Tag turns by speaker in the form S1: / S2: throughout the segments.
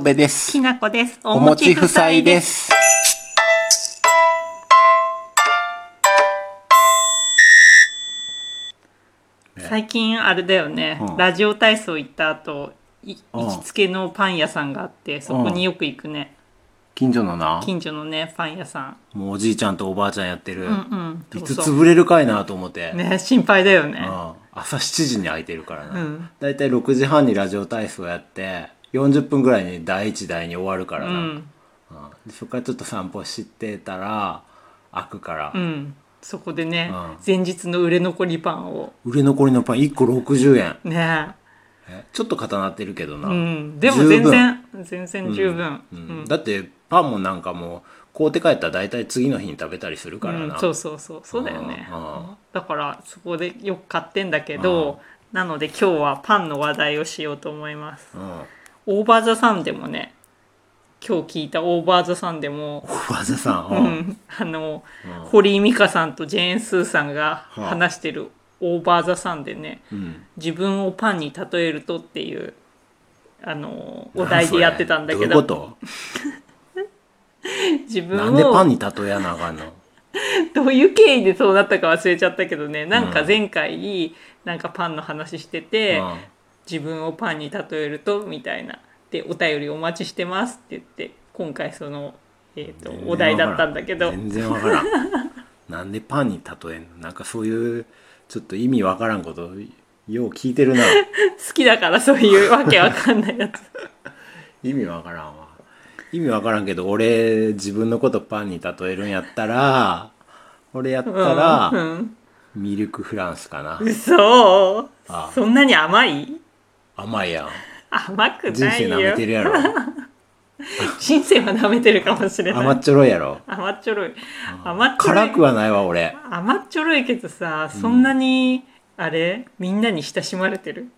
S1: 部です。
S2: きなこです。。
S1: お餅夫妻ですす。
S2: 最近あれだよね、
S1: うん
S2: ラジオ体操行った後、い
S1: うん
S2: 行きつけのパン屋さんがあって、そこによく行くね。
S1: 近所のな、
S2: 近所のね、パン屋さん。
S1: もうおじいちゃんとおばあちゃんやってる。
S2: うんう
S1: い
S2: ん。そ
S1: つ
S2: うそう
S1: 潰れるかいなと思って。
S2: ね、心配だよ
S1: う
S2: ね。
S1: ん、朝7時に空いてるから
S2: う
S1: な、
S2: ん。
S1: だいたい6時半にラジオ体操やって、40分ぐらいに第1第2終わるか
S2: う
S1: らな。
S2: ん。
S1: うんでそこからちょっと散歩してたら、開くから
S2: う、ん。そこでね、
S1: うん
S2: 前日の売れ残りパンを。
S1: 売れ残りのパン1個60円。
S2: ね。
S1: えちょっと固なってるけどな。
S2: うん。でも
S1: 十
S2: 全
S1: 分
S2: 然、全然十分。
S1: う
S2: うんん。
S1: だってパンもなんかもう買うて帰ったら大体次の日に食べたりするからな、
S2: うん、そうそうそうそうだよね
S1: うんうん
S2: だからそこでよく買ってんだけどなので今日はパンの話題をしようと思います
S1: うん、オ
S2: オーバー・ザ・サンでもね今日聞いたオーバー・ザ・サンでも、
S1: ーバーザさん、
S2: う
S1: うん
S2: ん、あの、
S1: うん
S2: 堀井美香さんとジェーン・スーさんが
S1: はあ
S2: 話してるオーバー・ザ・サンでね
S1: うん
S2: 自分をパンに例えるとっていうあのお題でやってたんだけ
S1: 何それ
S2: ど
S1: どういうこ
S2: 自
S1: と
S2: 分を
S1: なんでパンに例えやなあかんの
S2: どういう経緯でそうなったか忘れちゃったけどねなんか前回なんかパンの話してて、
S1: うん
S2: 自分をパンに例えるとみたいなでお便りお待ちしてますって言って今回その、えー、とお題だったんだけど
S1: 全然わからん全然わからんなんでパンに例えんのなんかそういうちょっと意味わからんことよう聞いてるな
S2: 好きだからそういうわけわかんないやつ
S1: 意味わからんわ意味わからんけど俺自分のことパンに例えるんやったら俺やったら、
S2: うん
S1: ミルクフランスかな
S2: うん、嘘
S1: あ
S2: そんなに甘い
S1: 甘いやん
S2: 甘く
S1: 人
S2: ない
S1: 生
S2: よ
S1: 舐めてるやろ
S2: 人生は舐めてるかもしれない
S1: 甘っちょろいやろ
S2: 甘っちょろい甘っちょろい
S1: 辛くはないわ俺
S2: 甘っちょろいけどさそんなに、あれみんなに親しまれてる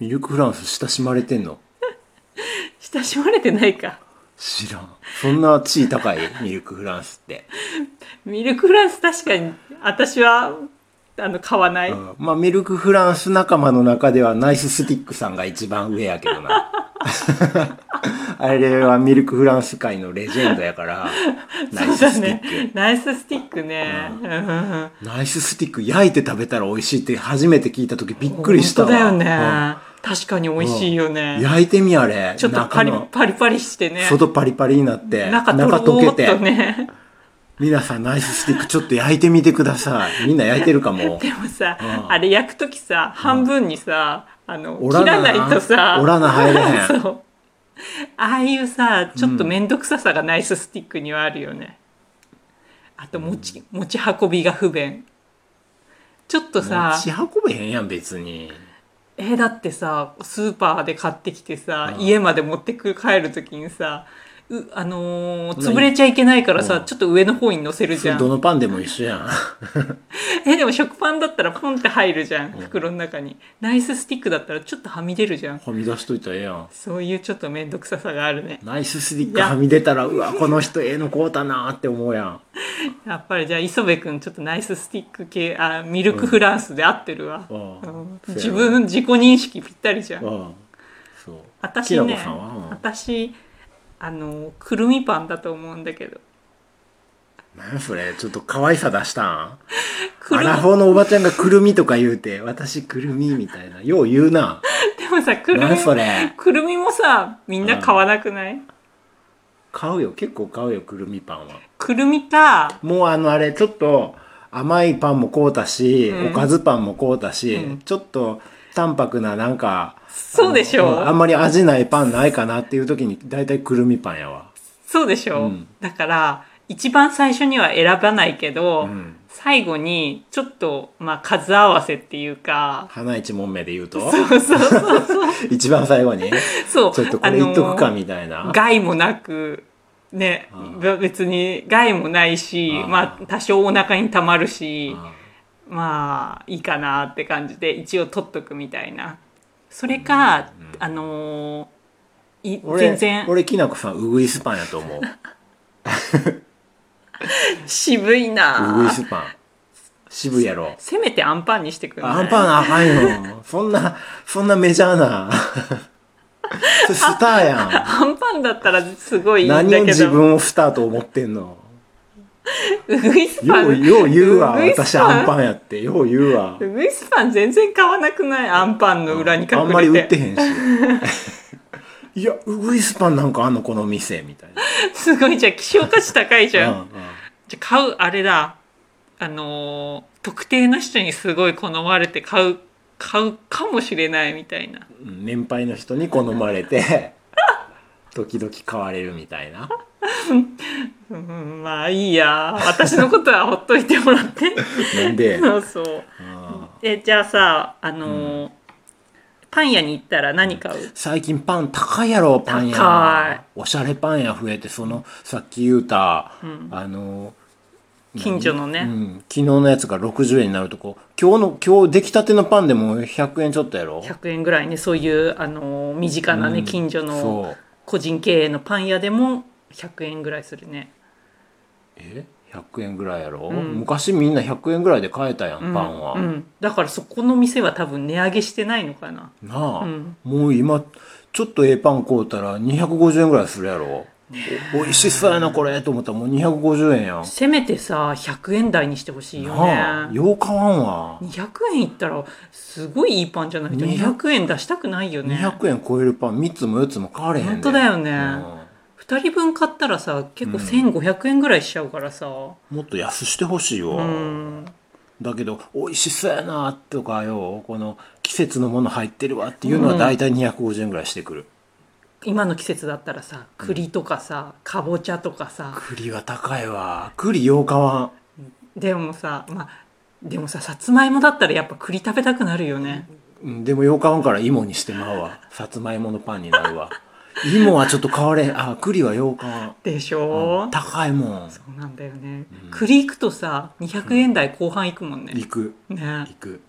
S1: ミルクフランス親しまれてんの
S2: 親しまれてないか
S1: 知らんそんな地位高いミルクフランスって、
S2: ミルクフランス確かに私はあの買わない、
S1: うんまあミルクフランス仲間の中ではナイススティックさんが一番上やけどなあれはミルクフランス界のレジェンドやからナイ
S2: そう
S1: ス
S2: だ
S1: スティ
S2: ね
S1: ック、
S2: ナイススティックね、うんうんうん
S1: ナイススティック焼いて食べたら美味しいって初めて聞いた時びっくりしたわ
S2: 本当だよね、
S1: うん
S2: 確かに美味しいよね、
S1: 焼いてみあれ
S2: ちょっとパ
S1: 中
S2: リ
S1: の
S2: パリパリしてね
S1: 外パリパリになって
S2: 中とろー
S1: 溶
S2: っ
S1: けて、
S2: とね
S1: 皆さんナイススティックちょっと焼いてみてくださ いみんな焼いてるかも
S2: でもさ、
S1: うん
S2: あれ焼く時さ半分にさ、あの
S1: おら
S2: 切らないとさ
S1: おらな入れへん
S2: そうああいうさちょっと面倒くささがナイススティックにはあるよね、あと持ち持ち運びが不便ちょっとさ
S1: 持ち運べへんやん別に
S2: えーだってさスーパーで買ってきてさ、
S1: うん
S2: 家まで持ってくる帰る時にさうあのー
S1: ない
S2: 潰れちゃいけないからさ、
S1: うん
S2: ちょっと上の方に乗せる
S1: そ
S2: じゃ
S1: れど
S2: ん
S1: のパンでも一緒やん
S2: えーでも食パンだったらポンって入るじゃん袋の中に、ナイススティックだったらちょっとはみ出るじゃん
S1: はみ出しといたらええやん
S2: そういうちょっと面倒くささがあるね
S1: ナイススティックはみ出たらうわこの人ええのこうたなーって思うやん
S2: やっぱりじゃあ磯部君ちょっとナイススティック系あミルクフランスで合ってるわ、
S1: うんうん
S2: うん自分自己認識ぴったりじゃん、
S1: うんそうき
S2: 私
S1: なこ
S2: ね
S1: さんは
S2: 私あのくるみパンだと思うんだけど
S1: うん何それちょっと可愛さ出したん
S2: く
S1: ア
S2: るみ
S1: ラフォーのおばちゃんがくるみとか言うて私くるみみたいなよう言うな
S2: でもさくるみ
S1: 何それ
S2: くるみもさみんな買わなくない、
S1: 買うよ結構買うよくるみパンは
S2: くるみか
S1: もうあのあれちょっと甘いパンも買うたし、
S2: うん
S1: おかずパンも買うたし、
S2: うん
S1: ちょっと淡白ななんか
S2: そうでしょ
S1: あのんあんまり味ないパンないかなっていう時に大体くるみパンやわ
S2: そうでしょ、
S1: うん
S2: だから一番最初には選ばないけ
S1: う
S2: ど、
S1: ん
S2: 最後にちょっと、まあ、数合わせってい うか
S1: 花一問目で言うと
S2: そうそうそう
S1: 一番最後に
S2: そう
S1: ちょっとこれ言っとくかみたいな、
S2: 害もなくね
S1: うん
S2: べ別に害もないし
S1: うん
S2: まあ多少お腹にたまるし
S1: うん
S2: まあいいかなって感じで一応取っとくみたいなそれか、
S1: うん
S2: あのーい
S1: 俺
S2: 全然
S1: 俺きなこさんウグイスパンやと思う
S2: 渋い
S1: ウグイ
S2: な
S1: スパン渋いやろ
S2: せめてアンパンにしてくんない
S1: アンパンあかんよ。そんな、そんなメジャーな。それスターやん
S2: アンパンだったらすごいいいんだけ
S1: 何
S2: ど
S1: を自分をスターと思ってんの
S2: ウグイスパ
S1: よう
S2: ン
S1: よう言う わ
S2: ウグイスパン
S1: 私アンパンやってよう言うわ
S2: ウグイスパン全然買わなくないアンパンの裏に隠れて
S1: あんまり売ってへんしいやウグイスパンなんかあんのこの店みたい
S2: すごいじゃあ希少価値高いじ
S1: な
S2: ゃ、
S1: んうんうん
S2: じゃあ買うあれだあのー特定の人にすごい好まれて買う買うかもしれないみたいな
S1: うん年配の人に好まれて 時々買われるみたいな
S2: うんまあいいや私のことはほっといてもらって
S1: なんで、うん
S2: そうそうえじゃあさあのーパン屋に行ったら何買う
S1: 最近パン高いやろパン屋
S2: 高い
S1: おしゃれパン屋増えてそのさっき言うた、
S2: ん
S1: あの
S2: 近所の
S1: う
S2: ね、
S1: ん、昨日のやつが60円になるとこ今日の今日出来たてのパンでも100円ちょっとやろ
S2: 100円ぐらいねそういう、あのー身近なね、
S1: うん
S2: 近所の
S1: そう
S2: 個人経営のパン屋でも100円ぐらいするね
S1: え100円ぐらいやろ、
S2: ん
S1: 昔みんな100円ぐらいで買えたやん、
S2: うん
S1: パンは、
S2: うん、だからそこの店は多分値上げしてないのかな
S1: なあ、
S2: うん
S1: もう今ちょっとええパン買うたら250円ぐらいするやろ、お美味しそうやなこれと思ったらもう250円やん
S2: せめてさ100円台にしてほしいよ
S1: なあ
S2: ね
S1: よう買わんわ、
S2: 200円いったらすごいいいパンじゃないと
S1: 200
S2: 200円出したくないよね
S1: 200円超えるパン3つも4つも買われへんで
S2: 本当だよね
S1: う
S2: 2人分買ったらさ結構1500円ぐらいしちゃうからさ
S1: んもっと安してほしいわ、
S2: うん
S1: だけど美味しそうやなとかよこの季節のもの入ってるわっていうのは大体250円ぐらいしてくる、
S2: 今の季節だったらさ栗とかさかぼちゃとかさ
S1: 栗は高いわ栗よう買わん
S2: でもさまあでもささつまいもだったらやっぱ栗食べたくなるよね
S1: うんでもよう買わんから芋にしてまうわさつまいものパンになるわ芋はちょっと買われんあ栗はよう買わん
S2: でし
S1: う
S2: ょ
S1: ん高いもん
S2: そうなんだよね、栗行くとさ200円台後半行くもんね、
S1: 行く
S2: ね
S1: 行く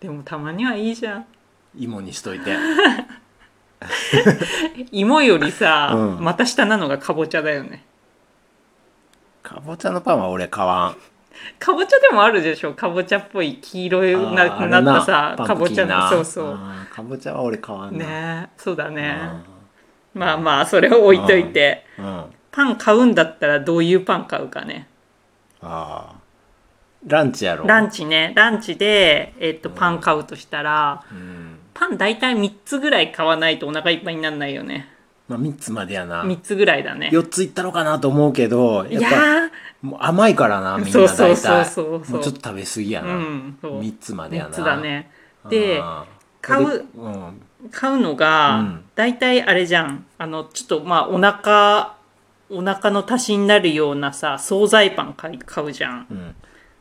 S2: でもたまにはいいじゃん
S1: 芋にしといて
S2: 芋よりさ、
S1: うん
S2: また下なのがかぼちゃだよね
S1: かぼちゃのパンは俺買わん
S2: かぼちゃでもあるでしょかぼちゃっぽい黄色いな
S1: あーあれ
S2: なったさ
S1: パン
S2: かぼ
S1: プキン
S2: ちゃの
S1: な
S2: そうそう
S1: あーかぼちゃは俺買わんな
S2: ねそうだね
S1: あ
S2: まあまあそれを置いといて
S1: ーうんあ
S2: パン買うんだったらどういうパン買うかね
S1: あーランチやろ
S2: ラ
S1: ン
S2: ンチねランチで、えっとパン買うとしたら
S1: うん
S2: パン大体3つぐらい買わないとお腹いっぱいにならないよね
S1: まあ3つまでやな
S2: 3つぐらいだね
S1: 4ついったのかなと思うけど
S2: い
S1: やっぱ
S2: やー
S1: もう甘いからなみんな
S2: そう
S1: 大
S2: そう
S1: 体
S2: そうそうそう
S1: もうちょっと食べ過ぎや
S2: う
S1: な、
S2: んそう
S1: 3つまでや
S2: 3
S1: な
S2: つだねで
S1: あー
S2: 買う
S1: でうん、
S2: 買うのが、
S1: うん
S2: 大体あれじゃんあのちょっとまあお腹お腹の足しになるようなさ惣菜パン買い買うじゃん
S1: うん、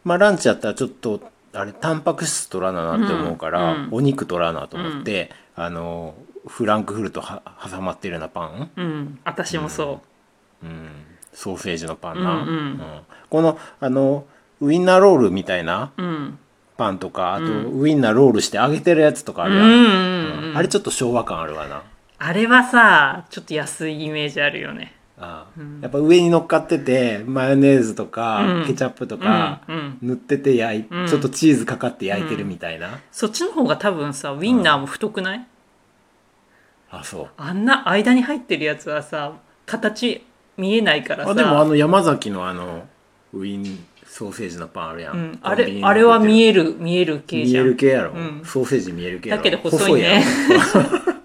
S1: まあランチやったらちょっとあれタンパク質取らななって思うから、
S2: うんうん
S1: お肉取らなと思って、あのフランクフルトは挟まってるようなパン、
S2: うん私もそ
S1: うん、ソーセージのパンな、
S2: うんうん
S1: このあのウインナーロールみたいな
S2: ううん
S1: パンとかあとウインナーロールして揚げてるやつとかあ
S2: うん
S1: る
S2: う
S1: やん、
S2: んうん
S1: あれちょっと昭和感あるわな
S2: あれはさちょっと安いイメージあるよね
S1: ああやっぱ上に乗っかっててマヨネーズとか、
S2: うん
S1: ケチャップと
S2: うん
S1: か、
S2: うん
S1: 塗ってて焼い、
S2: うん
S1: ちょっとチーズかかって焼いてるみたいな、
S2: そっちの方が多分さウインナーも太くない、
S1: あそう
S2: あんな間に入ってるやつはさ形見えないからさ
S1: あでもあの山崎のあのウィンソーセージのパンあるやん、
S2: うん、
S1: コ
S2: あ
S1: ンビニ
S2: れ
S1: に
S2: あれは見
S1: 売っ
S2: える見え
S1: て
S2: る
S1: る
S2: 系じゃん
S1: 見える系やろ、
S2: うん
S1: ソーセージ見える系やろ
S2: だけど細いね
S1: 細いやろ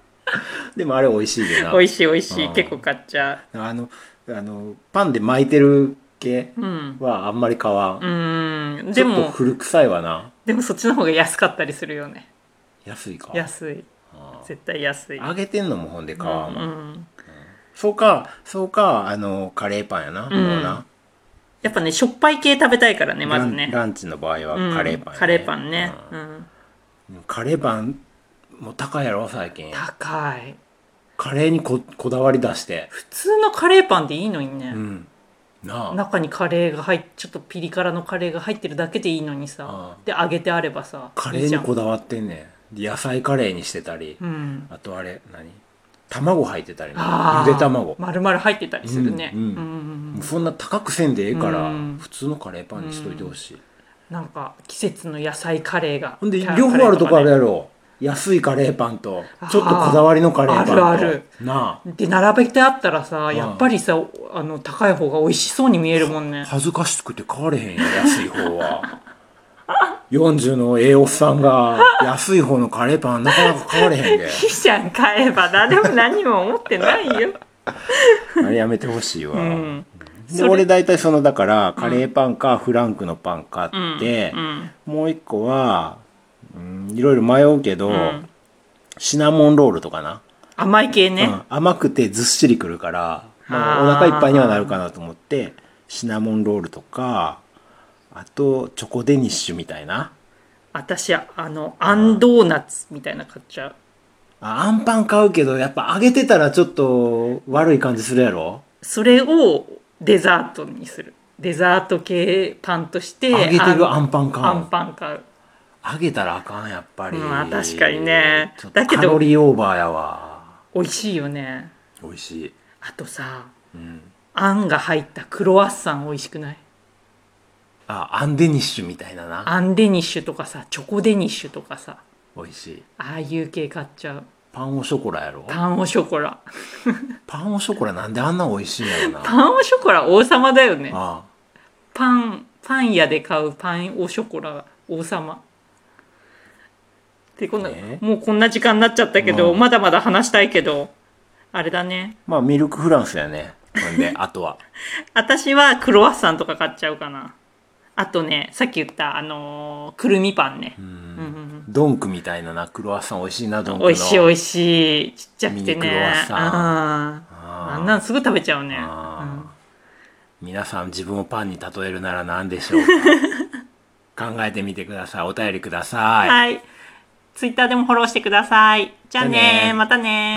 S1: でもあれ美味しいでな
S2: 美味しい美味し
S1: う
S2: い
S1: ん
S2: 結構買っちゃ
S1: あのあのパンで巻いてる系
S2: ううん
S1: はあんまり買わん、
S2: うん
S1: ち
S2: で
S1: ょっと
S2: も
S1: 古臭いわな
S2: でもそっちの方が安かったりするよね
S1: 安いか
S2: 安い
S1: あ
S2: 絶対安い
S1: あ揚げてんのもほんで買わんわ、
S2: うん、
S1: そうかそうかあのカレーパンやな、
S2: ん
S1: もうな
S2: やっぱねしょっぱい系食べたいからねまずね
S1: ランランチの場合は
S2: うん
S1: カレーパン、
S2: カレーパンね、
S1: う
S2: うんん、
S1: カレーパンも高いやろ最近
S2: 高い
S1: カレーにここだわり出して
S2: 普通のカレーパンでいいのにね
S1: う、んなあ
S2: 中にカレーが入っちょっとピリ辛のカレーが入ってるだけでいいのにさ
S1: あ
S2: で揚げてあればさ
S1: カレ
S2: いいじ
S1: ー
S2: ゃ
S1: に
S2: ん
S1: こだわってんねんで野菜カレーにしてたり、
S2: うん
S1: あとあれ何卵入ってたりね
S2: あ
S1: ゆで卵
S2: まるまる入ってたりするね、
S1: うんうん
S2: うん
S1: もうそんな高くせんでええから、
S2: うん
S1: 普通のカレーパンにしといてほしい、
S2: なんか季節の野菜カレーが
S1: ほんで両方あるとこあるやろ安いカレーパンとちょっとこだわりのカレーパンと
S2: あーある
S1: な
S2: で並べてあったらさ、
S1: ん
S2: やっぱりさあの高い方が美味しそうに見えるもん
S1: あ
S2: ね
S1: 恥ずかしくて買われへんよ安い方は 40のええおっさんが安い方のカレーパンなかなか買われへんで
S2: ひちゃん買えば誰も何も思ってないよ
S1: あれやめてほしいわ、
S2: うん
S1: で俺大体そのだからカレーパンかフランクのパン買って、
S2: うん
S1: もう一個は、うん、いろいろ迷うけど、
S2: ん
S1: シナモンロールとかな、
S2: 甘い系
S1: う
S2: ね、
S1: ん、甘くてずっしりくるから、まあ、
S2: あー
S1: お腹いっぱいにはなるかなと思ってシナモンロールとかあとチョコデニッシュみたいな
S2: 私あのあんドーナツみたいな買っちゃう
S1: あアンパン買うけどやっぱ揚げてたらちょっと悪い感じするやろ
S2: それをデザートにするデザート系パンとして
S1: 揚げてるア
S2: あん
S1: ンパン買う
S2: あんパン買う
S1: 揚げたらあかんやっぱり、
S2: まあ確かにね
S1: ちょっ
S2: だ
S1: と
S2: けど
S1: カロリーオーバーやわ
S2: 美味しいよね
S1: 美味しい、
S2: あとさ
S1: うん、
S2: あんが入ったクロワッサン美味しくない
S1: あアンデニッシュみたいなな
S2: あんデニッシュとかさチョコデニッシュとかさ
S1: 美味しい
S2: ああいう系買っちゃう
S1: パンオショコラやろ
S2: パンオショコラ
S1: パンオショコラなんであんな美味しいんやろなあ
S2: パンオショコラ王様だよね
S1: あ
S2: パンパン屋で買うパンオショコラ王様でこんな、
S1: ね
S2: もうこんな時間になっちゃったけど、
S1: うん
S2: まだまだ話したいけどあれだね
S1: まあミルクフランスやねほんで あとは
S2: 私はクロワッサンとか買っちゃうかなあとねさっき言ったあのーくるみパンね、うんうん
S1: ドンクみたいななクロワッサン美味しいなドン
S2: う
S1: ク
S2: ん、
S1: の
S2: 美味しい美味しいちっちゃくて
S1: ミニクロワ
S2: ね
S1: ッサン
S2: うんあんなんすぐ食べちゃうね、うん
S1: あー皆さん自分をパンに例えるなら何でしょう か考えてみてくださいお便りください
S2: はい。ツイッターでもフォローしてください。じゃあね
S1: じゃあね
S2: またね